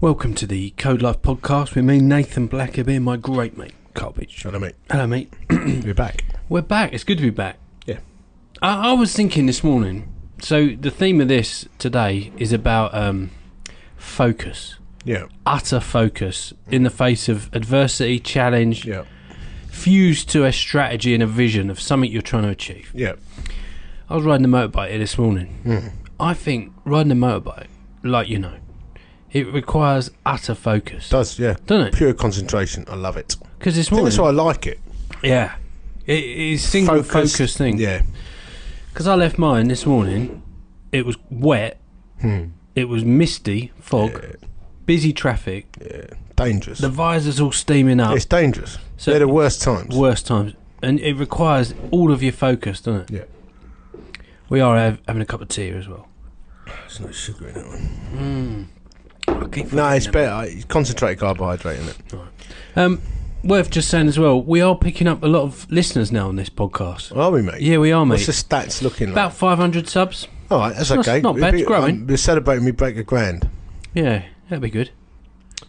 Welcome to the Code Life podcast with me, Nathan Blackerby, and my great mate, Carbage. Hello, mate. Hello, mate. You're back. We're back. It's good to be back. Yeah. I, I was thinking this morning. So the theme of this today is about um, focus, Yeah. utter focus in the face of adversity, challenge, Yeah. fused to a strategy and a vision of something you're trying to achieve. Yeah. I was riding the motorbike here this morning. I think riding a motorbike, like you know, it requires utter focus, Does, yeah. doesn't it? Pure concentration. I love it. I Because this think morning, that's why I like it. yeah, it, it's single focus, thing. Yeah. Because I left mine this morning, it was wet, Hmm. it was misty, fog, busy traffic, Dangerous. the visors all steaming up, it's dangerous. So- They're the worst times. worst times, and it requires all of your focus, doesn't it? yeah. We are hav- having a cup of tea as well. There's no sugar in that one. I keep No, it's forgetting better. It's concentrated carbohydrate in it. that. Um, worth just saying as well, we are picking up a lot of listeners now on this podcast. Are we, mate? Yeah, we are, mate. What's the stats looking About 500 subs. like? All right, that's not- okay. not We'll bad, be- it's growing. um, we're celebrating we break a grand. Yeah, that'd be good.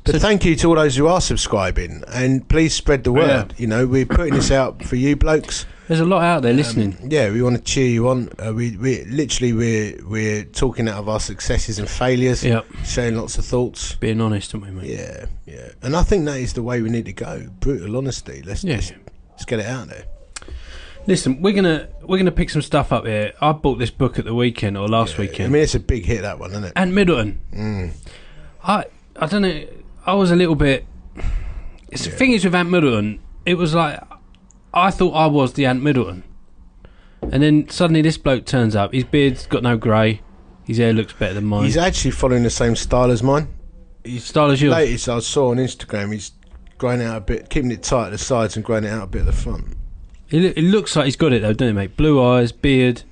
But So- Oh, thank you to all those who are subscribing, and please spread the word. You know, we're putting this out for you blokes. There's a lot out there listening. Yeah, we want to cheer you on. Uh, we we literally we're we're talking out of our successes and failures. Yep. sharing lots of thoughts. Being honest, aren't we, mate? Yeah, yeah, and I think that is the way we need to go. Brutal honesty. Let's Yeah. let's, let's get it out there. Listen, we're gonna we're gonna pick some stuff up here. I bought this book at the weekend or last I weekend. mean, it's a big hit that one, isn't it? and Middleton. I I don't know. I was a little bit. It's the thing is with Ant Middleton, it was like I thought I was the Ant Middleton, and then suddenly this bloke turns up. His beard's got no grey. His hair looks better than mine. He's actually following the same style as mine. Style as yours. Latest I saw on Instagram, he's growing out a bit, keeping it tight at the sides and growing it out a bit at the front. He loo- it looks like he's got it though, doesn't he, mate? Blue eyes, beard,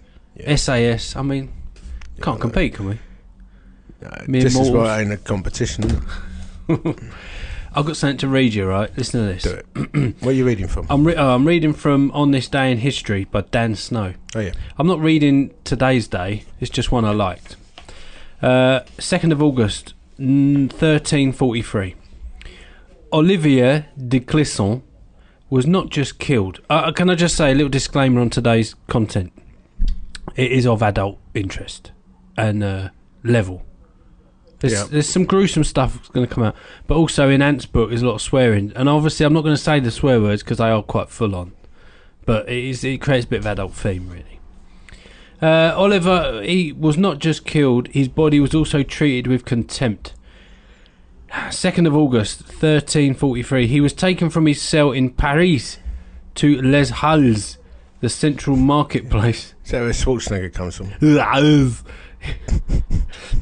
SAS. I mean, can't compete, can we? Uh, Me and just as Mortals. well it ain't a competition. isn't it? I've got something to read you, right? Listen to this. Do it. what are you reading from? I'm, re- oh, I'm reading from On This Day in History by Dan Snow. oh yeah, I'm not reading today's day. It's just one I liked. Uh, Second of August, thirteen forty-three. Olivier de Clisson was not just killed. Uh, can I just say a little disclaimer on today's content? It is of adult interest and uh, level. There's, Yeah. there's some gruesome stuff that's going to come out, but also in Ant's book, there's a lot of swearing, and obviously I'm not going to say the swear words because they are quite full on. But it, is, it creates a bit of adult theme, really. Uh, Oliver, he was not just killed, his body was also treated with contempt. 2nd of August, 1343, he was taken from his cell in Paris to Les Halles, the central marketplace. is that where Schwarzenegger comes from? Les Halles.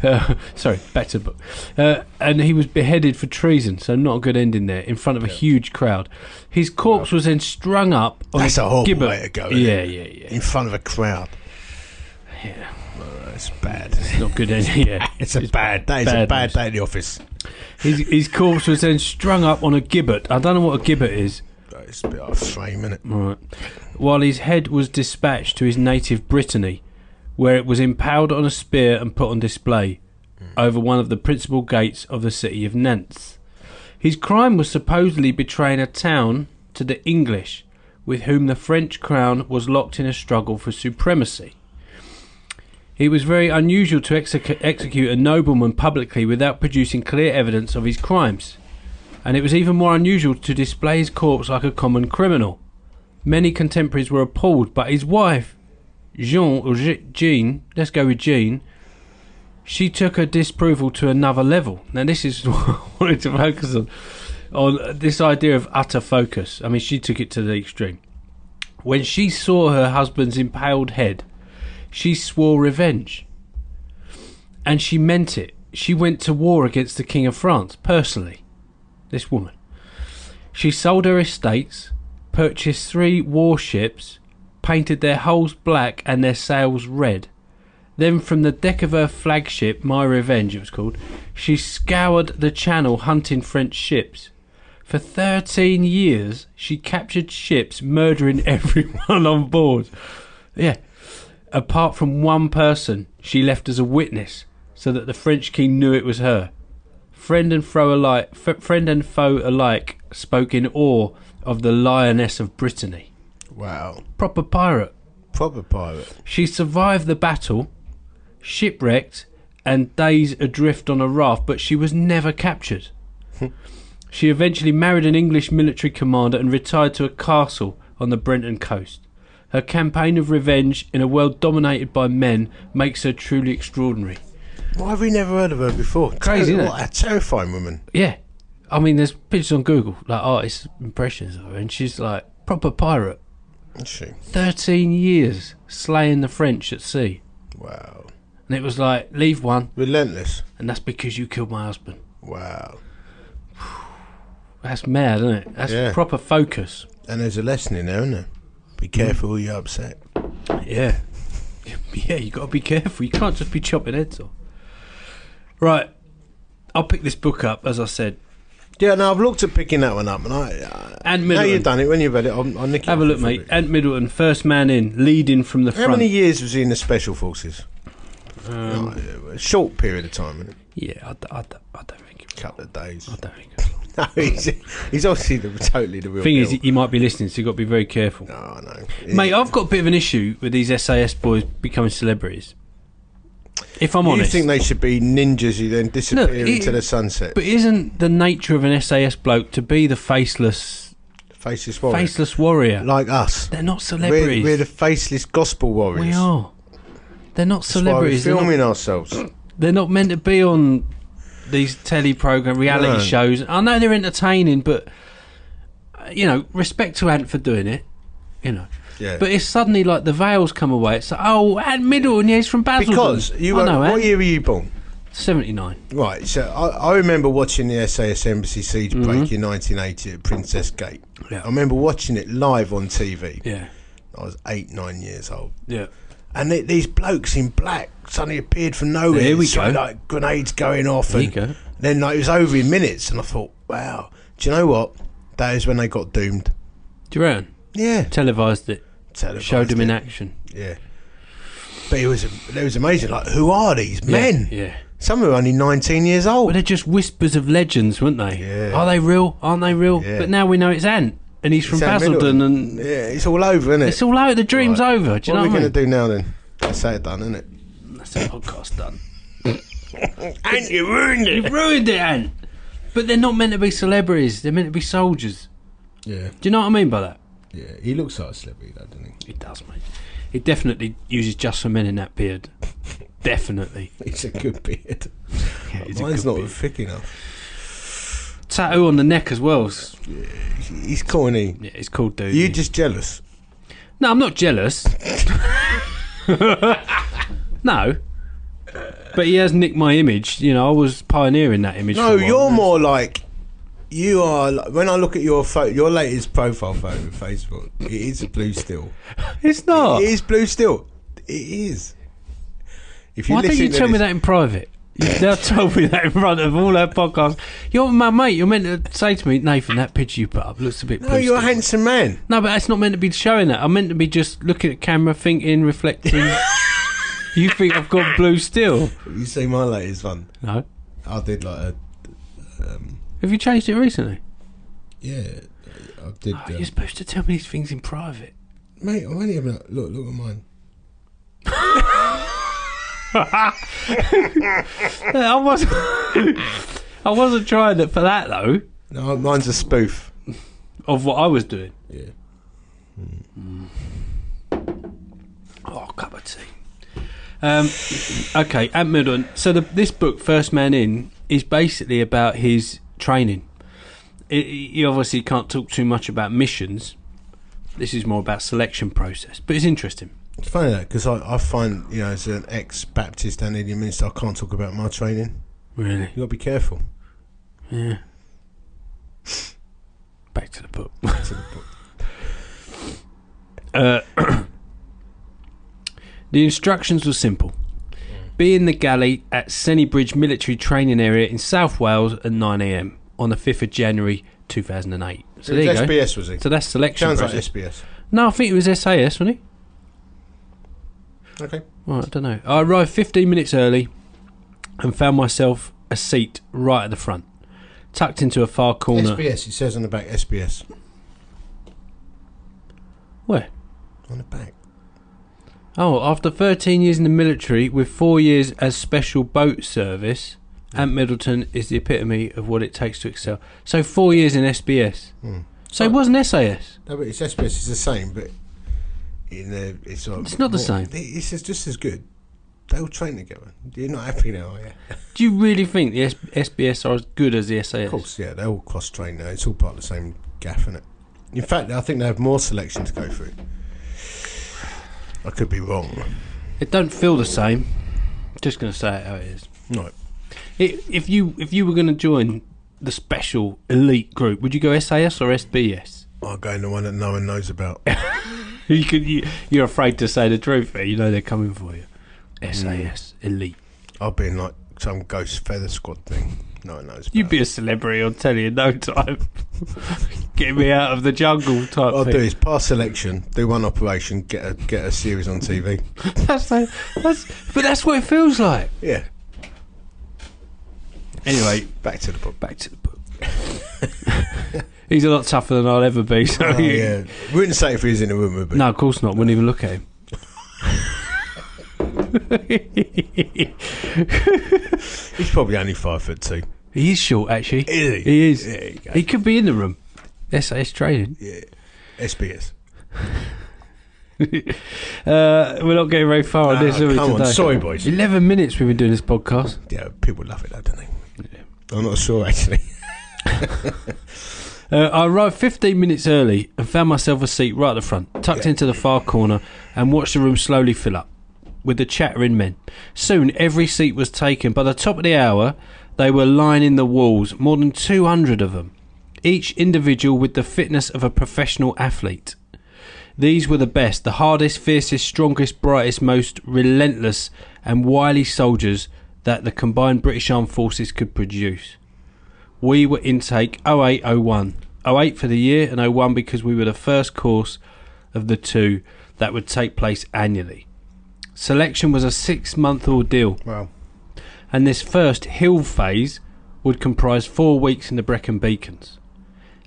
Uh, sorry, back to the book. Uh, and he was beheaded for treason, so not a good ending there, in front of a huge crowd. His corpse was then strung up on That's a horrible gibbet. way to go, isn't Yeah, yeah, yeah. In front of a crowd. Yeah, it's bad. Not good ending, yeah. It's a bad day. It's a bad bad news. day at the office. His, his corpse was then strung up on a gibbet. I don't know what a gibbet is. It's a bit out of frame, is it? Right. While his head was dispatched to his native Brittany, where it was impaled on a spear and put on display over one of the principal gates of the city of Nantes. His crime was supposedly betraying a town to the English, with whom the French crown was locked in a struggle for supremacy. It was very unusual to exec- execute a nobleman publicly without producing clear evidence of his crimes, and it was even more unusual to display his corpse like a common criminal. Many contemporaries were appalled, but his wife, Jean or Je- Jean, let's go with Jean, she took her disapproval to another level. Now, this is what I wanted to focus on, on this idea of utter focus. I mean, she took it to the extreme. When she saw her husband's impaled head, she swore revenge. And she meant it. She went to war against the King of France, personally. This woman. She sold her estates, purchased three warships, painted their hulls black and their sails red. Then, from the deck of her flagship, My Revenge it was called, she scoured the channel hunting French ships. For 13 years, she captured ships, murdering everyone on board. Yeah. Apart from one person, she left as a witness so that the French king knew it was her. Friend and foe alike, f- friend and foe alike, spoke in awe of the Lioness of Brittany. Wow. Proper pirate. Proper pirate. She survived the battle, shipwrecked, and days adrift on a raft, but she was never captured. she eventually married an English military commander and retired to a castle on the Brenton coast. Her campaign of revenge in a world dominated by men makes her truly extraordinary. Why have we never heard of her before? Crazy, Ter- innit? What a terrifying woman. Yeah. I mean, there's pictures on Google, like artist impressions of her, and she's like proper pirate. Is she? 13 years slaying the French at sea. Wow. And it was like, leave one, Relentless. and that's because you killed my husband. Wow. That's mad, isn't it? That's Yeah. proper focus. And there's a lesson in there, isn't there? Be careful who you upset. Yeah. Yeah, you got to be careful. You can't just be chopping heads off. Right. I'll pick this book up, as I said. Yeah, no, I've looked at picking that one up, and I. I Anne now Middleton. you've done it. When you've read it, I'll, I'll nick it. Have a off look, you mate. for a bit. Ant Middleton, first man in, leading from the How front. many years was he in the special forces? Um, Oh, a short period of time, isn't it? yeah, I, d- I d- I don't think it A couple of days. I don't think it no, he's, he's obviously the, totally the real. thing deal. is, you might be listening, so you've got to be very careful. no, I know. Mate, I've got a bit of an issue with these SAS boys becoming celebrities. If I'm you honest. think they should be ninjas who then disappear it- into the sunset? But isn't the nature of an SAS bloke to be the faceless faceless warriors, faceless warrior? like us. They're not We're, celebrities. we're the faceless gospel warriors. We are. They're not That's why we're celebrities. They're filming not, ourselves. they're not meant to be on these telly program reality No. shows. I know they're entertaining, but uh, you know, respect to Ant for doing it. You know, Yeah. but it's suddenly like the veils come away. It's like, oh, Ant Middleton, yeah, he's from Basildon. because you I were, know, eh? what Ant. year were you born? Seventy nine. Right, so I, I remember watching the SAS Embassy siege break in 1980 at Princess Gate. Mm-hmm. Yeah. I remember watching it live on TV. Yeah, I was eight, nine years old. yeah. And th these blokes in black suddenly appeared from nowhere. There we So, go. Like grenades going off. There and you go. Then like, it was over in minutes, and I thought, wow. Do you know what? That is when they got doomed. Do you reckon? Yeah. Televised it. Televised Showed him in it. action. Yeah. But it was it was amazing. Like, who are these men? Yeah. yeah. Some are only 19 years Well, old. they're just whispers of legends, weren't they? Yeah. Are they real? Aren't they real? Yeah. But now we know it's Ant, and he's from Sam Basildon, Middleton. and yeah, it's all over, isn't it? It's all out. The dream's over. Do you know what are we what I going mean? to do now then? That's how it done, isn't it? That's the podcast done. And you ruined You've ruined it, Ant. But they're not meant to be celebrities. They're meant to be soldiers. Yeah, Do you know what I mean by that? yeah. He looks like a celebrity, though, doesn't He does, mate. He definitely uses just for men in that beard. definitely. he? It's a good beard. Yeah, he's a Mine's good not beard. thick enough. tattoo on the neck as well. S- He's corny. Yeah, it's called dude. You just jealous. No, I'm not jealous. no. But he has nicked my image. You know, I was pioneering that image. for No, a while. you're more like you are. Like, when I look at your photo, your latest profile photo on Facebook, it is blue still. It's not. It is blue still. It is. If you Why don't listen you to tell me this- that in private? You've now told me that in front of all our podcasts. You're my mate. You're meant to say to me, Nathan, that picture you put up looks a bit. No, blue you're a still." handsome man. No, but that's not meant to be showing that. I'm meant to be just looking at camera, thinking, reflecting. you think I've got blue still? You see my latest one. No. I did like a. Um, Have you changed it recently? yeah, I did. Oh, you're supposed to tell me these things in private. Mate, I'm only having a look. Look at mine. Yeah, I wasn't. I wasn't trying it for that though. No, mine's a spoof. Of what I was doing. Yeah. Oh, cup of tea. Um, okay, Ant Middleton. So the, this book, First Man In, is basically about his training. It, you obviously can't talk too much about missions. This is more about selection process, but it's interesting. It's funny that because I, I find you know as an ex-Baptist and Indian minister, I can't talk about my training. Really? You got to be careful. Yeah. Back to the book. To the book. Uh, the instructions were simple. Mm. Be in the galley at Sennybridge Military Training Area in South Wales at 9am on the 5th of January 2008. So there you It's go. SBS was he? So that's selection Sounds like process. SBS. no, I think it was SAS, wasn't it? Okay. Right, I don't know. I arrived 15 minutes early and found myself a seat right at the front, tucked into a far corner. SBS. It says on the back SBS. Where? On the back. Oh, after 13 years in the military with four years as special boat service, Hmm. Ant Middleton is the epitome of what it takes to excel. So four years in SBS. Hmm. So it wasn't SAS. No, but it's SBS. It's the same, but in the it's sort of It's not the same. It's just, just as good. They all train together. You're not happy now, are you? Do you really think the S- SBS are as good as the SAS? Of course, yeah. They all cross train now. It's all part of the same gaff, is it? In fact, I think they have more selection to go through. I could be wrong. It don't feel the same. Just going to say it how it is. No, I if you if you were going to join the special elite group, would you go SAS or SBS? I'll go in the one that no one knows about. You could, you, you're afraid to say the truth, but you know they're coming for you. SAS elite. I'll be in like some ghost feather squad thing. No one knows. About. You'd be a celebrity on telly in no time. Get me out of the jungle type What I'll do thing. is pass selection, do one operation, get a get a series on TV. That's, so- that's, but that's what it feels like. Yeah. Anyway, Back to the book. back to the book. He's a lot tougher than I'll ever be. So Oh, yeah. Wouldn't say if he was in the room, would we? No, of course not. Wouldn't even look at him. He's probably only five foot two. he is short, actually. Is he? He is. There you go. He could be in the room. SAS training. Yeah. SBS. Uh, we're not getting very far on this, Ah, are we? come on. today? Sorry, boys. 11 minutes we've been doing this podcast. Yeah, people love it, though, don't they? I'm not sure, actually. Uh, I arrived 15 minutes early and found myself a seat right at the front, tucked Yeah. into the far corner, and watched the room slowly fill up with the chattering men. Soon, every seat was taken. By the top of the hour, they were lining the walls, more than 200 of them, each individual with the fitness of a professional athlete. These were the best, the hardest, fiercest, strongest, brightest, most relentless, and wily soldiers that the combined British Armed Forces could produce. We were oh intake 0801. 08 for the year and 01 because we were the first course of the two that would take place annually. Selection was a six month ordeal, Wow. and this first hill phase would comprise four weeks in the Brecon Beacons.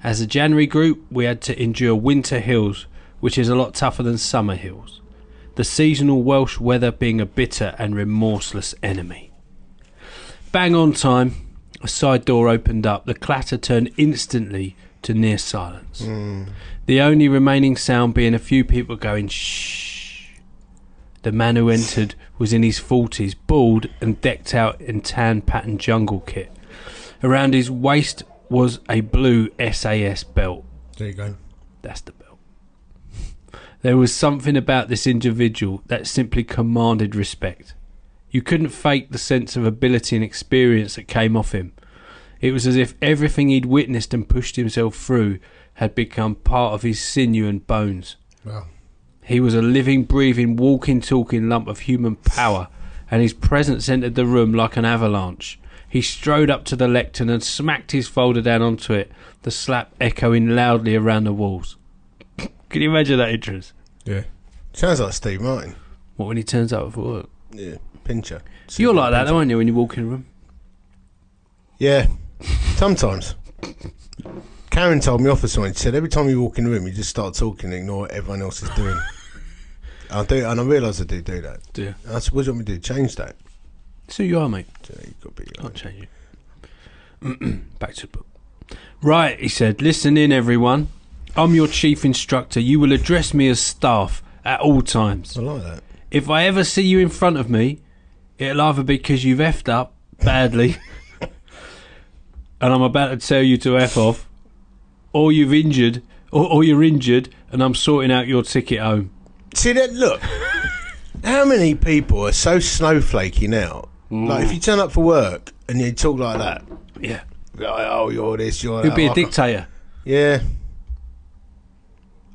As a January group, we had to endure winter hills, which is a lot tougher than summer hills, the seasonal Welsh weather being a bitter and remorseless enemy. Bang on time, a side door opened up, the clatter turned instantly to near silence. The only remaining sound being a few people going shh. The man who entered was in his forties, bald and decked out in tan pattern jungle kit. Around his waist was a blue SAS belt. There you go. That's the belt. There was something about this individual that simply commanded respect. You couldn't fake the sense of ability and experience that came off him. It was as if everything he'd witnessed and pushed himself through had become part of his sinew and bones. Wow. He was a living, breathing, walking, talking lump of human power, and his presence entered the room like an avalanche. He strode up to the lectern and smacked his folder down onto it, the slap echoing loudly around the walls. Can you imagine that entrance? Yeah. Sounds like Steve Martin. What when he turns up for work? Yeah. Pincher. You're like that, though, aren't you, when you walk in a room? Yeah. Sometimes. Karen told me off for something. She said every time you walk in the room, you just start talking and ignore what everyone else is doing. I do, and I realise I do do that. Do you? And I said, "What do you want me to do? Change that?" So you are, mate. So you got to be uh, Can't like, change it. Back to the book. Right, he said, listen in, everyone. I'm your chief instructor. You will address me as staff at all times. "I like that." If I ever see you in front of me, it'll either be because you've effed up badly and I'm about to tell you to F off, or you've injured, or, or you're injured and I'm sorting out your ticket home. See that? Look, how many people are so snowflakey now? Mm. Like, if you turn up for work and you talk like that, Yeah. like, "Oh, you're this, you're You'll that," be a Oh, I can't- dictator. Yeah.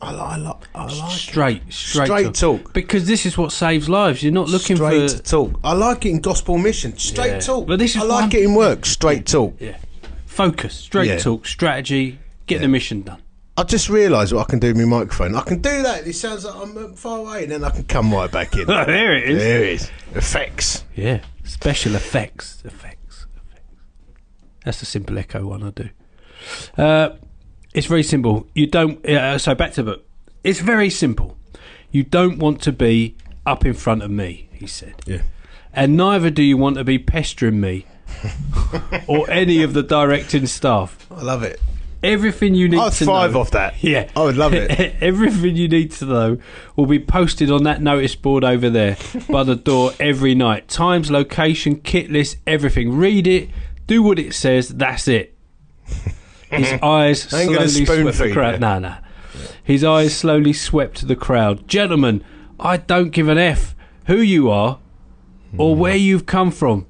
I like, I like, I like it. Straight, straight, Straight talk. Because this is what saves lives. You're not looking straight for. talk. I like it in gospel mission. Straight Yeah. talk. But this is I what like I'm- it in work. Straight talk. Yeah. Focus, straight Yeah. talk, strategy, get the mission done. I just realised what I can do with my microphone. I can do that. It sounds like I'm um, far away, and then I can come right back in. Oh, there it there it is. Effects. Yeah. Special effects. Effects. effects. That's the simple echo one I do. Uh, it's very simple. You don't. Uh, so back to the book. It's very simple. You don't want to be up in front of me, he said. Yeah. And neither do you want to be pestering me or any of the directing staff. I love it. Everything you need I'd to thrive know. off that. Yeah. I would love it. Everything you need to know will be posted on that notice board over there by the door every night. Times, location, kit list, everything. Read it, do what it says, that's it. His eyes I ain't slowly gonna spoon swept the feed crowd. you. No, no. His eyes slowly swept the crowd. Gentlemen, I don't give an F who you are Hmm. or where you've come from.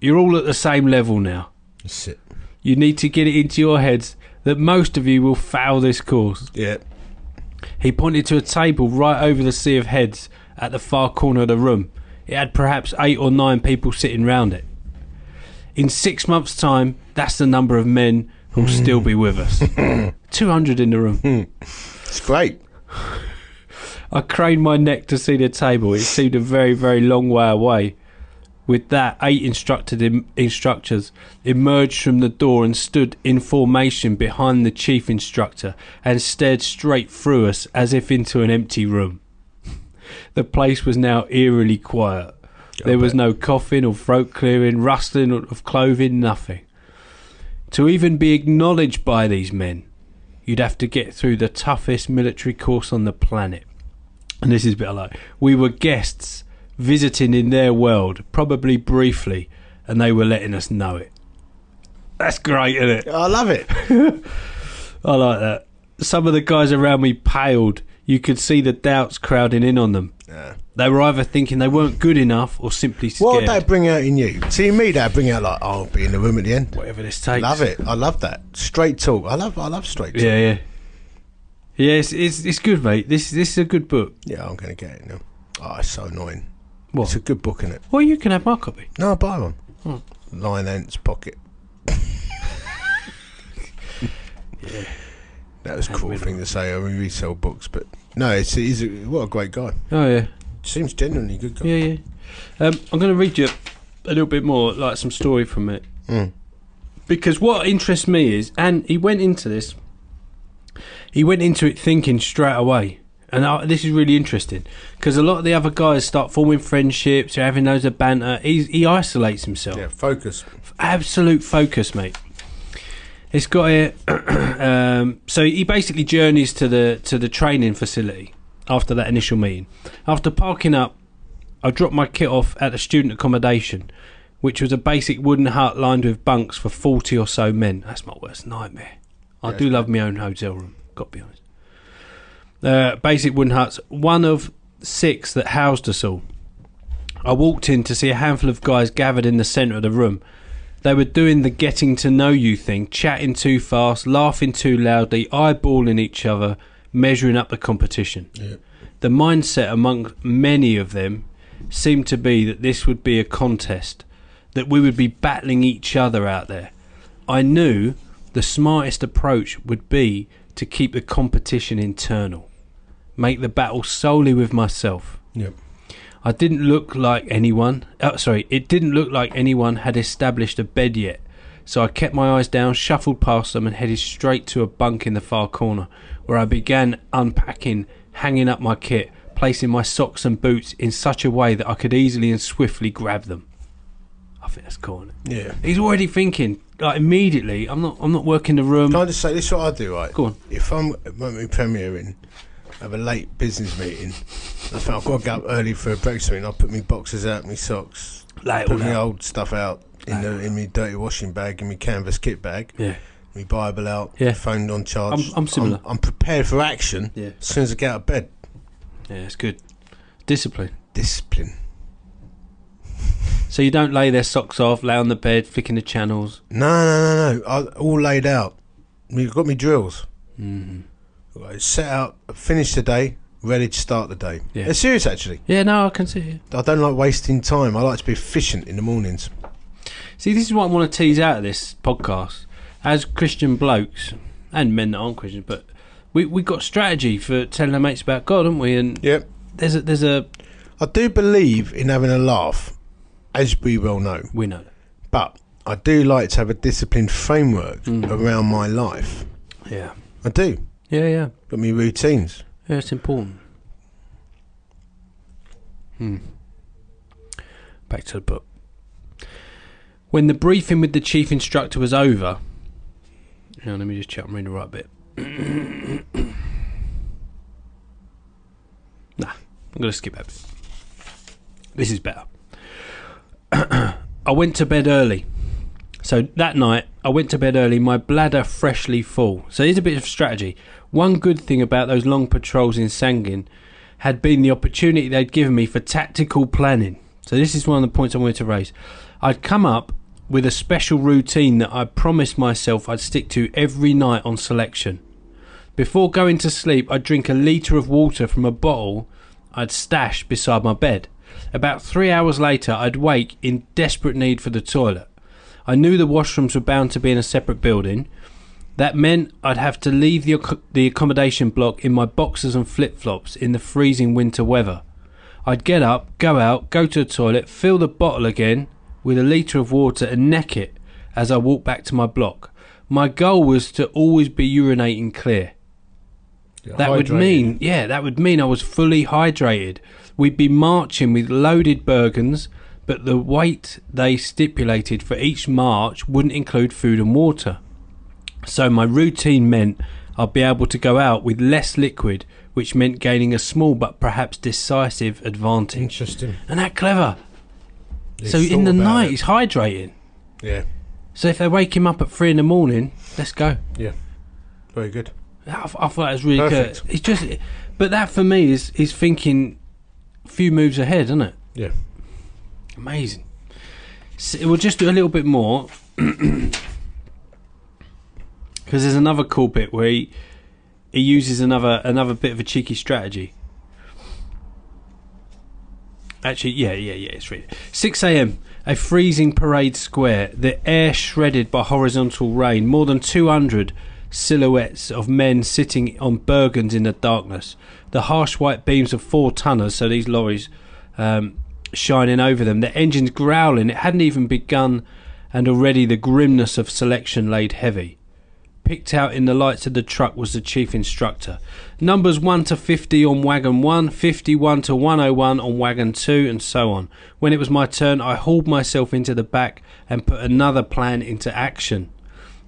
You're all at the same level now. That's it. You need to get it into your heads that most of you will fail this course. Yeah. He pointed to a table right over the sea of heads at the far corner of the room. It had perhaps eight or nine people sitting round it. In six months' time, that's the number of men who'll still be with us. 200 in the room. It's great. I craned my neck to see the table. It seemed a very, very long way away. With that, eight instructed Im- instructors emerged from the door and stood in formation behind the chief instructor and stared straight through us as if into an empty room. The place was now eerily quiet. There was no coughing or throat clearing, rustling of clothing, nothing. To even be acknowledged by these men, you'd have to get through the toughest military course on the planet. And this is a bit like we were guests visiting in their world, probably briefly, and they were letting us know it. That's great, isn't it? I love it. I like that. Some of the guys around me paled. You could see the doubts crowding in on them. Yeah. They were either thinking they weren't good enough or simply scared. What would that bring out in you? See me, that bring out like I'll be in the room at the end. Whatever this takes. Love it. I love that straight talk. I love. I love straight talk. Yeah, yeah. Yeah, it's, it's, it's good, mate. This, this is a good book. Yeah, I'm gonna get it now. Oh, it's so annoying. What? It's a good book, is it? Well, you can have my copy. No, I'll buy one. Hmm. Lion Ant's pocket. That was a cruel thing to say. I mean, we sell books, but no, it's he's a, what a great guy. Oh, yeah. Seems genuinely a good guy. Yeah, yeah. Um, I'm going to read you a little bit more, like some story from it. Mm. Because what interests me is, and he went into this, he went into it thinking straight away. And I, this is really interesting because a lot of the other guys start forming friendships, they're having loads of banter. He's, he isolates himself. Yeah, focus. Absolute focus, mate. It's got it. um, so he basically journeys to the to the training facility after that initial meeting. After parking up, I dropped my kit off at the student accommodation, which was a basic wooden hut lined with bunks for forty or so men. That's my worst nightmare. I Yeah, do love my own hotel room. Got to be honest. Uh, basic wooden huts, one of six that housed us all. I walked in to see a handful of guys gathered in the centre of the room. They were doing the getting to know you thing, chatting too fast, laughing too loudly, eyeballing each other, measuring up the competition. Yeah. The mindset among many of them seemed to be that this would be a contest, that we would be battling each other out there. I knew the smartest approach would be to keep the competition internal, make the battle solely with myself. Yep. I didn't look like anyone. Oh, sorry, it didn't look like anyone had established a bed yet. So I kept my eyes down, shuffled past them, and headed straight to a bunk in the far corner, where I began unpacking, hanging up my kit, placing my socks and boots in such a way that I could easily and swiftly grab them. I think that's cool. Isn't it? Yeah. He's already thinking like immediately. I'm not. I'm not working the room. Can I just say this? Is what I do, right? Go on. If I'm when we premiere in, I have a late business meeting. I think I've got to get up early for a breakfast meeting. I'll put my boxes out, my socks, Lay it put all my out. old stuff out in the in my dirty washing bag, in my canvas kit bag, Yeah. my Bible out, Yeah. phone on charge. I'm- I'm similar. I'm, prepared for action Yeah. as soon as I get out of bed. Yeah. It's good. Discipline. Discipline. So you don't lay their socks off, lay on the bed, flicking the channels. No, no, no, no. I, all laid out. We've got my drills. Mm-hmm. set out, finish the day, ready to start the day. Yeah. They're serious, actually. Yeah. No, I can see it. I don't like wasting time. I like to be efficient in the mornings. See, this is what I want to tease out of this podcast. As Christian blokes and men that aren't Christians, but we we got strategy for telling our mates about God, haven't we? And Yep. there's a there's a I do believe in having a laugh, as we well know. we know that. But I do like to have a disciplined framework Mm. around my life. Yeah. I do. Yeah, yeah. Got me routines. Yeah, it's important. Hmm. Back to the book. When the briefing with the chief instructor was over, hang on, let me just check I'm reading the right bit. nah, I'm going to skip that bit. This is better. I went to bed early. So that night, I went to bed early, my bladder freshly full. So here's a bit of strategy. One good thing about those long patrols in Sangin had been the opportunity they'd given me for tactical planning. So this is one of the points I wanted to raise. I'd come up with a special routine that I promised myself I'd stick to every night on selection. Before going to sleep, I'd drink a litre of water from a bottle I'd stashed beside my bed. About three hours later, I'd wake in desperate need for the toilet. I knew the washrooms were bound to be in a separate building. That meant I'd have to leave the, acc- the accommodation block in my boxers and flip flops in the freezing winter weather. I'd get up, go out, go to the toilet, fill the bottle again with a litre of water and neck it as I walked back to my block. My goal was to always be urinating clear. That would Hydrated. mean, yeah, that would mean I was fully hydrated. We'd be marching with loaded Bergens, but the weight they stipulated for each march wouldn't include food and water. So my routine meant I'd be able to go out with less liquid, which meant gaining a small but perhaps decisive advantage. Interesting. And that clever. They've so in thought the about night, it. he's hydrating. Yeah. So if they wake him up at three in the morning, let's go. Very good. I, th- I thought that was really good. Perfect. It's just, but that for me is is thinking a few moves ahead, isn't it? Yeah. Amazing. So we'll just do a little bit more because there's another cool bit where he, he uses another another bit of a cheeky strategy. Actually, yeah, yeah, yeah, it's really 6 a.m. A freezing parade square, the air shredded by horizontal rain, more than 200 silhouettes of men sitting on Bergens in the darkness. The harsh white beams of four tonners, so these lorries, um, shining over them, the engines growling. It hadn't even begun, and already the grimness of selection laid heavy. Picked out in the lights of the truck was the chief instructor. Numbers 1 to 50 on wagon 1, 51 to 101 on wagon 2, and so on. When it was my turn, I hauled myself into the back and put another plan into action.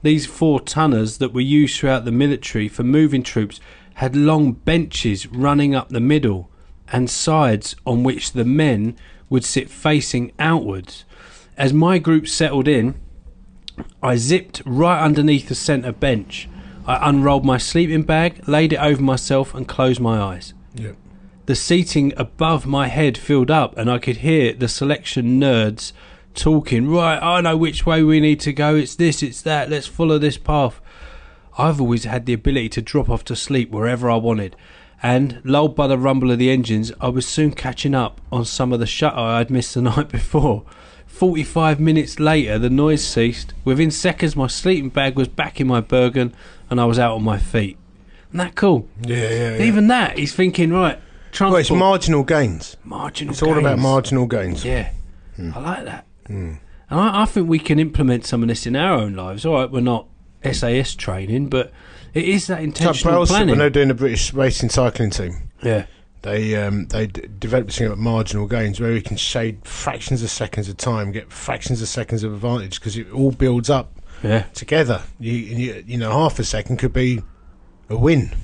These four tonners that were used throughout the military for moving troops had long benches running up the middle and sides on which the men would sit facing outwards. As my group settled in, I zipped right underneath the centre bench. I unrolled my sleeping bag, laid it over myself, and closed my eyes. Yeah. The seating above my head filled up, and I could hear the selection nerds talking. Right, I know which way we need to go. It's this, it's that. Let's follow this path. I've always had the ability to drop off to sleep wherever I wanted, and lulled by the rumble of the engines, I was soon catching up on some of the shut eye I'd missed the night before. 45 minutes later, the noise ceased. Within seconds, my sleeping bag was back in my Bergen, and I was out on my feet. Isn't that cool? Yeah, yeah, yeah. Even that, he's thinking, right, well, it's transport, marginal gains. marginal It's all about Hmm. gains. marginal gains. Yeah, I like that. And I, I think we can implement some of this in our own lives. All right, we're not SAS training, but it is that It's like intentional Brailsford, planning. when they're doing the British racing cycling team, yeah, they um, they d- developed something about marginal gains where you can shade fractions of seconds of time, get fractions of seconds of advantage because it all builds up yeah, together. You, you you know, half a second could be a win.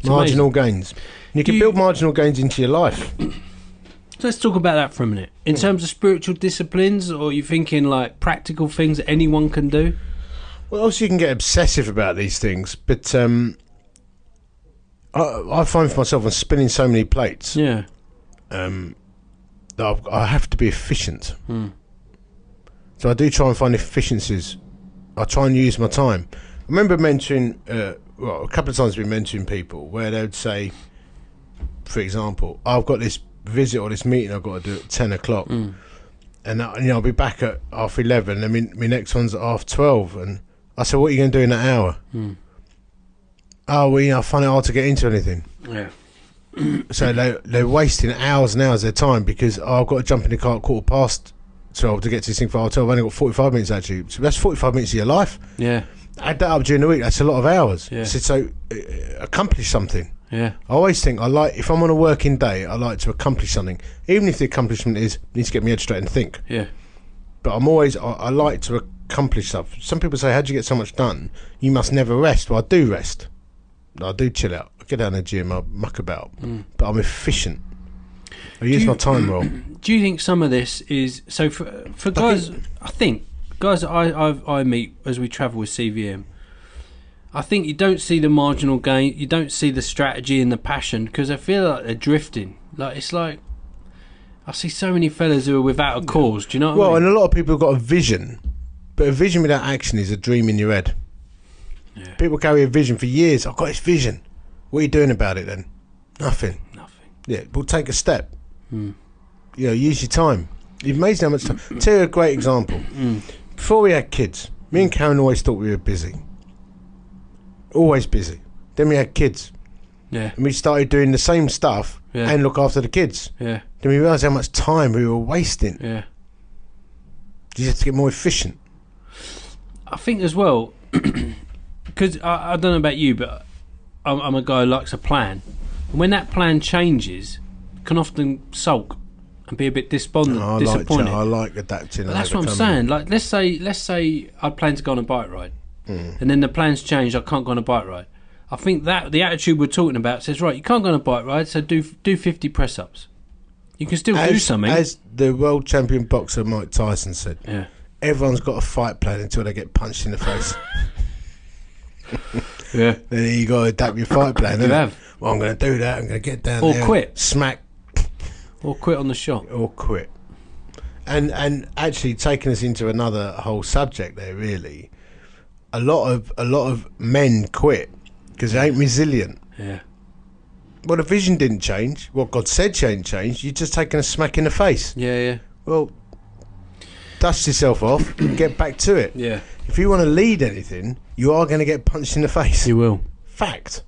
It's marginal gains. And you can You- build marginal gains into your life. So let's talk about that for a minute. In Hmm. terms of spiritual disciplines, or you thinking like practical things that anyone can do? Well, obviously you can get obsessive about these things, but um, I, I find for myself I'm spinning so many plates. Yeah, um, that I've, I have to be efficient. So I do try and find efficiencies. I try and use my time. I remember mentioning, uh, well, a couple of times we mentioned people where they would say, for example, I've got this visit or this meeting I've got to do at 10 o'clock. And I, you know, I'll be back at half 11. I mean, my next one's at half 12. And I said, what are you going to do in that hour? Oh, well, you know, I find it hard to get into anything. yeah, So they they're wasting hours and hours of their time because oh, I've got to jump in the car at quarter past 12 to get to this thing for hour 12. I've only got 45 minutes actually. So that's 45 minutes of your life. Yeah. Add that up during the week, that's a lot of hours. Yeah. So, so uh, accomplish something. Yeah. I always think I like if I'm on a working day, I like to accomplish something, even if the accomplishment is need to get me head straight and think. Yeah. But I'm always I, I like to accomplish stuff. Some people say, "How do you get so much done? You must never rest." Well, I do rest. I do chill out. I get down the gym. I muck about, but I'm efficient. I use Hmm. you- my time well. Do you think some of this is so for for guys? I think guys that I I've, I meet as we travel with CVM. I think you don't see the marginal gain. You don't see the strategy and the passion because I feel like they're drifting. Like it's like I see so many fellas who are without a cause. Do you know what Well, I and mean? a lot of people have got a vision, but a vision without action is a dream in your head. Yeah. People carry a vision for years. I've got this vision. What are you doing about it then? Nothing. Nothing. Yeah, well, take a step. Hmm. You know, use your time. You've amazed how much time. Tell you a great example. Hmm. Before we had kids, me and Karen always thought we were busy. Always busy. Then we had kids, Yeah. and we started doing the same stuff Yeah. and look after the kids. Yeah. Then we realised how much time we were wasting. Yeah. You have to get more efficient. I think as well, because I, I don't know about you, but I'm, I'm a guy who likes a plan. And when that plan changes, can often sulk and be a bit despondent, Oh, I like, disappointed. I like adapting. but and that's what I'm overcoming. saying. Like, let's say, let's say I plan to go on a bike ride, Mm. and then the plans change. I can't go on a bike ride. I think that the attitude we're talking about says, right, you can't go on a bike ride, so do do 50 press ups. You can still do As- something. As the world champion boxer Mike Tyson said, yeah, everyone's got a fight plan until they get punched in the face. yeah, Then you got to adapt your fight plan. You innit? have. Well, I'm going to do that. I'm going to get down Or there, quit. smack, or quit on the shot. or quit. And and actually taking us into another whole subject there. Really, a lot of a lot of men quit because they ain't resilient. Yeah, Well, the vision didn't change. What God said changed changed. You're just taking a smack in the face. yeah, yeah, Well, dust yourself off and get back to it. yeah. If you want to lead anything, you are going to get punched in the face. You will. fact.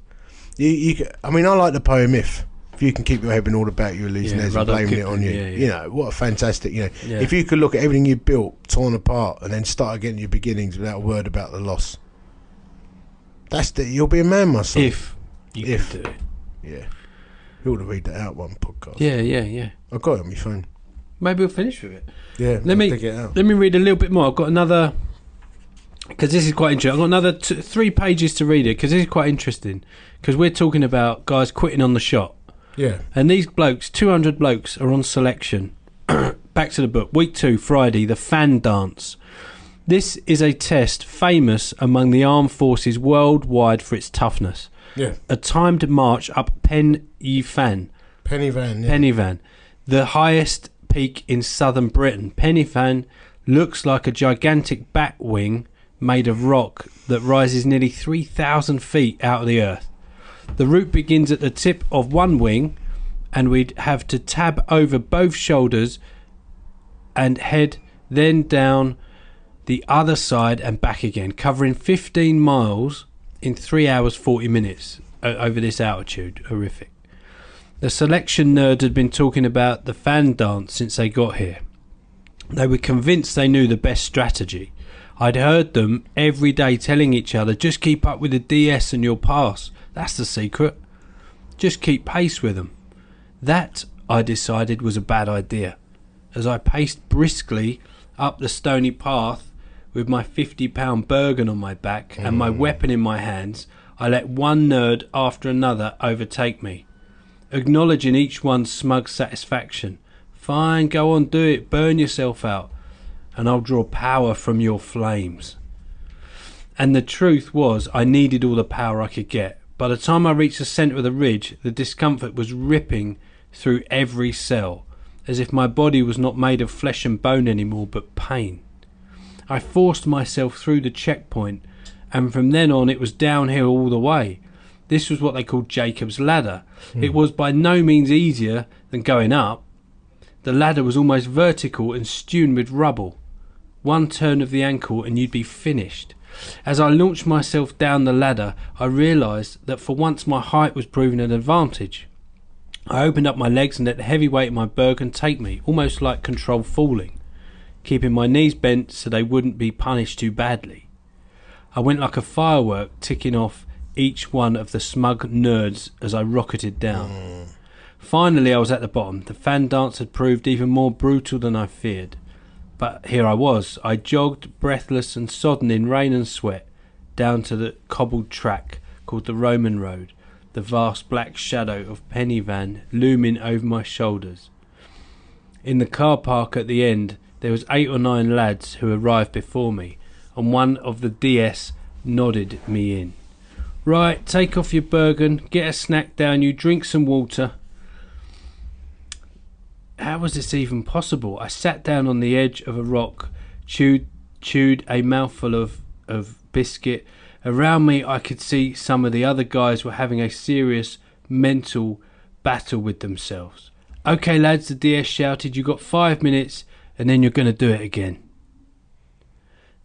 You, you, c- I mean, I like the poem "If." If you can keep your head in all about your illusionaires and Rudyard blaming it Kipling, on you, yeah, yeah. you know what a fantastic. You know, Yeah. if you could look at everything you built torn apart and then start again your beginnings without a word about the loss, that's the you'll be a man, my son. If you could If. do it. yeah, you ought to read that out one podcast. Yeah, yeah, yeah. I got it on my phone. Maybe we'll finish with it. Yeah, Let me dig it out. let me read a little bit more. I've got another because this is quite interesting. I've got another t- three pages to read it because this is quite interesting because we're talking about guys quitting on the shot Yeah, and these blokes, two hundred blokes, are on selection. Back to the book, week two, Friday, the fan dance. This is a test famous among the armed forces worldwide for its toughness. yeah. A timed march up Pen y Fan. Penny Van. Yeah. Pennyfan, the highest peak in southern Britain. Pennyfan looks like a gigantic bat wing made of rock that rises nearly 3,000 feet out of the earth. The route begins at the tip of one wing, and we'd have to tab over both shoulders and head then down the other side and back again, covering 15 miles in 3 hours 40 minutes o- over this altitude. Horrific. The selection nerd had been talking about the fan dance since they got here. They were convinced they knew the best strategy. I'd heard them every day telling each other, just keep up with the DS and you'll pass. That's the secret. Just keep pace with them. That, I decided, was a bad idea. As I paced briskly up the stony path with my 50 pound Bergen on my back and my weapon in my hands, I let one nerd after another overtake me acknowledging each one's smug satisfaction. Fine, go on, do it, burn yourself out, and I'll draw power from your flames. And the truth was, I needed all the power I could get. By the time I reached the centre of the ridge, the discomfort was ripping through every cell, as if my body was not made of flesh and bone anymore, but pain. I forced myself through the checkpoint, and from then on it was downhill all the way. This was what they called Jacob's Ladder. It was by no means easier than going up. The ladder was almost vertical and strewn with rubble. One turn of the ankle and you'd be finished. As I launched myself down the ladder, I realised that for once my height was proving an advantage. I opened up my legs and let the heavy weight of my Bergen take me, almost like controlled falling. keeping my knees bent so they wouldn't be punished too badly. I went like a firework, ticking off each one of the smug nerds as I rocketed down. Finally, I was at the bottom. The fan dance had proved even more brutal than I feared. But here I was. I jogged, breathless and sodden in rain and sweat, down to the cobbled track called the Roman Road, the vast black shadow of Pennyvan looming over my shoulders. In the car park at the end, there was eight or nine lads who arrived before me, and one of the DS nodded me in. Right, take off your bergen, get a snack down, you drink some water. How was this even possible? I sat down on the edge of a rock, chewed chewed a mouthful of, of biscuit. Around me I could see some of the other guys were having a serious mental battle with themselves. Okay lads, the DS shouted, you got five minutes and then you're gonna do it again.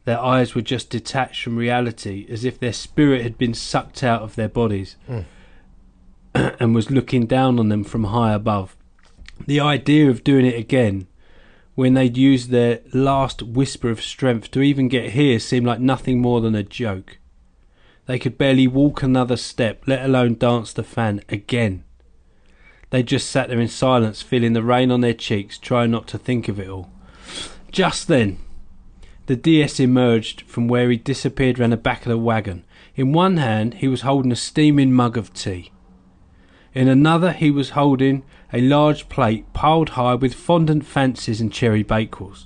Their eyes were just detached from reality, as if their spirit had been sucked out of their bodies and was looking down on them from high above. The idea of doing it again, when they'd used their last whisper of strength to even get here, seemed like nothing more than a joke. They could barely walk another step, let alone dance the fan again. They just sat there in silence, feeling the rain on their cheeks, trying not to think of it all. Just then, the DS emerged from where he disappeared round the back of the wagon. In one hand, he was holding a steaming mug of tea. In another, he was holding a large plate piled high with fondant fancies and cherry bakewells.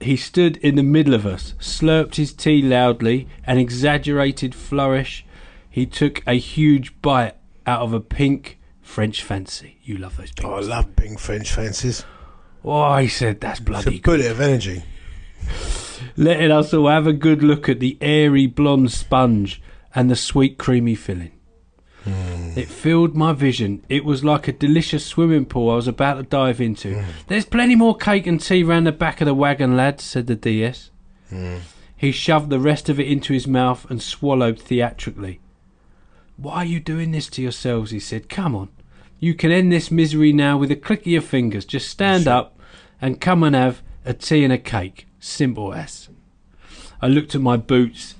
He stood in the middle of us, slurped his tea loudly, an exaggerated flourish. He took a huge bite out of a pink French fancy. You love those Oh, I pinks. love pink French fancies. Oh, he said, that's It's a bloody good. bullet of energy. Letting us all have a good look at the airy blonde sponge and the sweet creamy filling. It filled my vision. It was like a delicious swimming pool I was about to dive into. There's plenty more cake and tea round the back of the wagon, lad, said the DS. He shoved the rest of it into his mouth and swallowed theatrically. Why are you doing this to yourselves? he said. Come on. You can end this misery now with a click of your fingers. Just stand up and come and have a tea and a cake. Simple as. I looked at my boots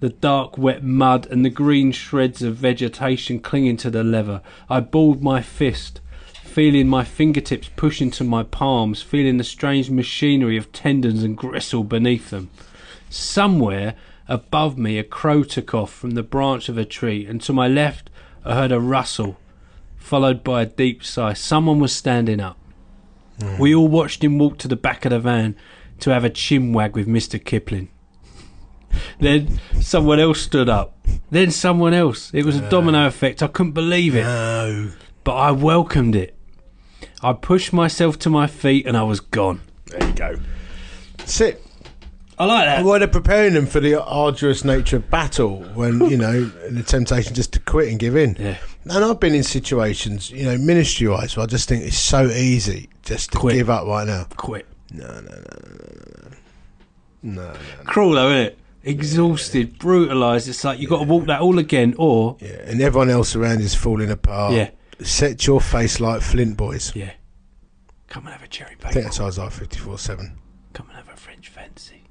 the dark wet mud and the green shreds of vegetation clinging to the leather. I balled my fist, feeling my fingertips push into my palms, feeling the strange machinery of tendons and gristle beneath them. Somewhere above me, a crow took off from the branch of a tree, and to my left, I heard a rustle, followed by a deep sigh. Someone was standing up. We all watched him walk to the back of the van to have a chin wag with Mr. Kipling. Then someone else stood up. Then someone else. It was a domino effect. I couldn't believe it, No. but I welcomed it. I pushed myself to my feet and I was gone. There you go. That's it. I like that. Well, they're preparing them for the arduous nature of battle when, you know, the temptation just to quit and give in. Yeah. And I've been in situations, you know, ministry wise, where I just think it's so easy just to Quit. give up right now. Quit. No, no, Cruel though, isn't it? Exhausted, brutalised. It's like you've got to walk that all again or. Yeah, and everyone else around is falling apart. Yeah. Set your face like Flint, boys. Yeah. Come and have a cherry I think bake. that's Isaiah 54 7. Come and have a French fancy.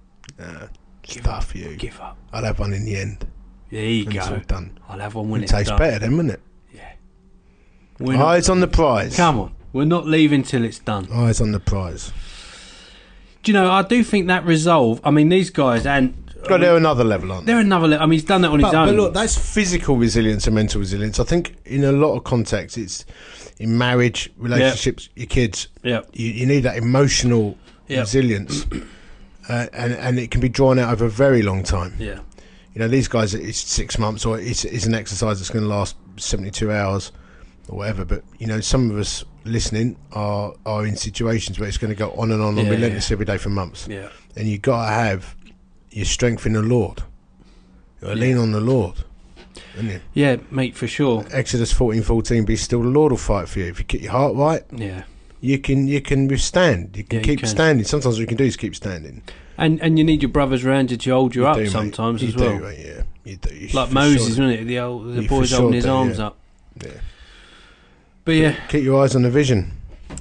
Stuff you. Give up. I'll have one in the end. There you When it's all go. done. I'll have one when It it's tastes done. better then, wouldn't it? Yeah. We're not- Eyes on the prize. Come on. We're not leaving till it's done. Eyes on the prize. Do you know, I do think that resolve. I mean, these guys, and God, they're another level, aren't they? they're another. le- I mean, he's done that on But, his own. but look, that's physical resilience and mental resilience. I think in a lot of contexts, it's in marriage, relationships, your kids. yeah, You, you need that emotional Yeah. resilience, uh, and and it can be drawn out over a very long time. yeah, You know, these guys, it's six months, or it's, it's an exercise that's going to last seventy-two hours, or whatever. But you know, some of us listening are are in situations where it's going to go on and on and Yeah, relentless every day for months yeah, and you got to have your strength in the Lord. You gotta lean on the Lord. haven't you? yeah, mate, for sure. Exodus fourteen fourteen. Be still. The Lord will fight for you. If you keep your heart right, Yeah, you can you can withstand. You can Yeah, you keep can. standing. Sometimes what you can do is keep standing. and and you need your brothers around you to hold you, You up do, mate. sometimes you as do, well. mate, yeah, you do. You Like for Moses, sure. wasn't it? The old, the You for boys sure holding his do, arms yeah. up. Yeah. But yeah, Keep your eyes on the vision.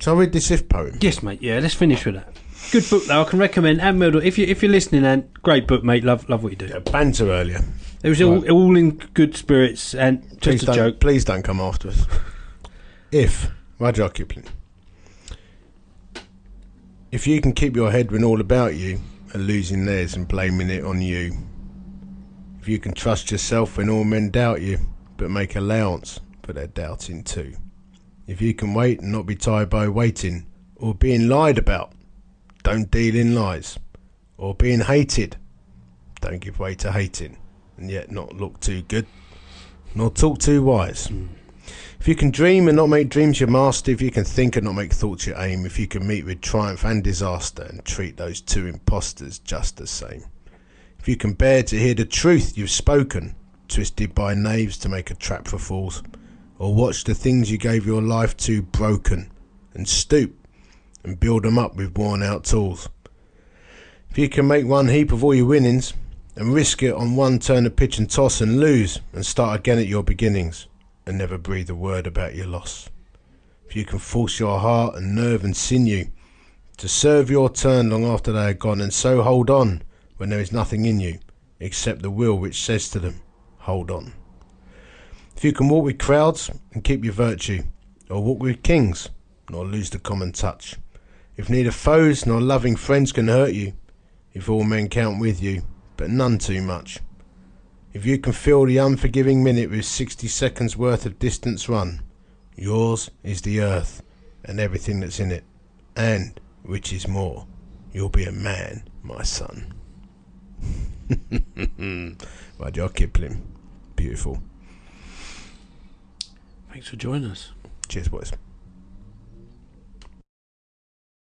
So I read this if poem. Yes, mate. Yeah, let's finish with that. Good book though. I can recommend Anne Mildred. If you if you're listening, Anne, great book, mate. Love love what you do. Yeah, banter earlier. It was all, all in good spirits and just Please a don't, joke. Please don't come after us. if Rudyard Kipling, if you can keep your head when all about you are losing theirs and blaming it on you, if you can trust yourself when all men doubt you, but make allowance for their doubting too, if you can wait and not be tired by waiting or being lied about, don't deal in lies, or being hated, don't give way to hating, and yet not look too good nor talk too wise. If you can dream and not make dreams your master, if you can think and not make thoughts your aim, if you can meet with triumph and disaster and treat those two impostors just the same, if you can bear to hear the truth you've spoken, twisted by knaves to make a trap for fools, or watch the things you gave your life to broken and stoop and build them up with worn out tools. If you can make one heap of all your winnings and risk it on one turn of pitch and toss and lose and start again at your beginnings and never breathe a word about your loss. If you can force your heart and nerve and sinew to serve your turn long after they are gone and so hold on when there is nothing in you except the will which says to them, hold on. If you can walk with crowds and keep your virtue, or walk with kings, nor lose the common touch. If neither foes nor loving friends can hurt you, if all men count with you, but none too much. If you can fill the unforgiving minute with 60 seconds worth of distance run, yours is the earth and everything that's in it, and, which is more, you'll be a man, my son. Rudyard Kipling. Beautiful. Thanks for joining us. Cheers, boys.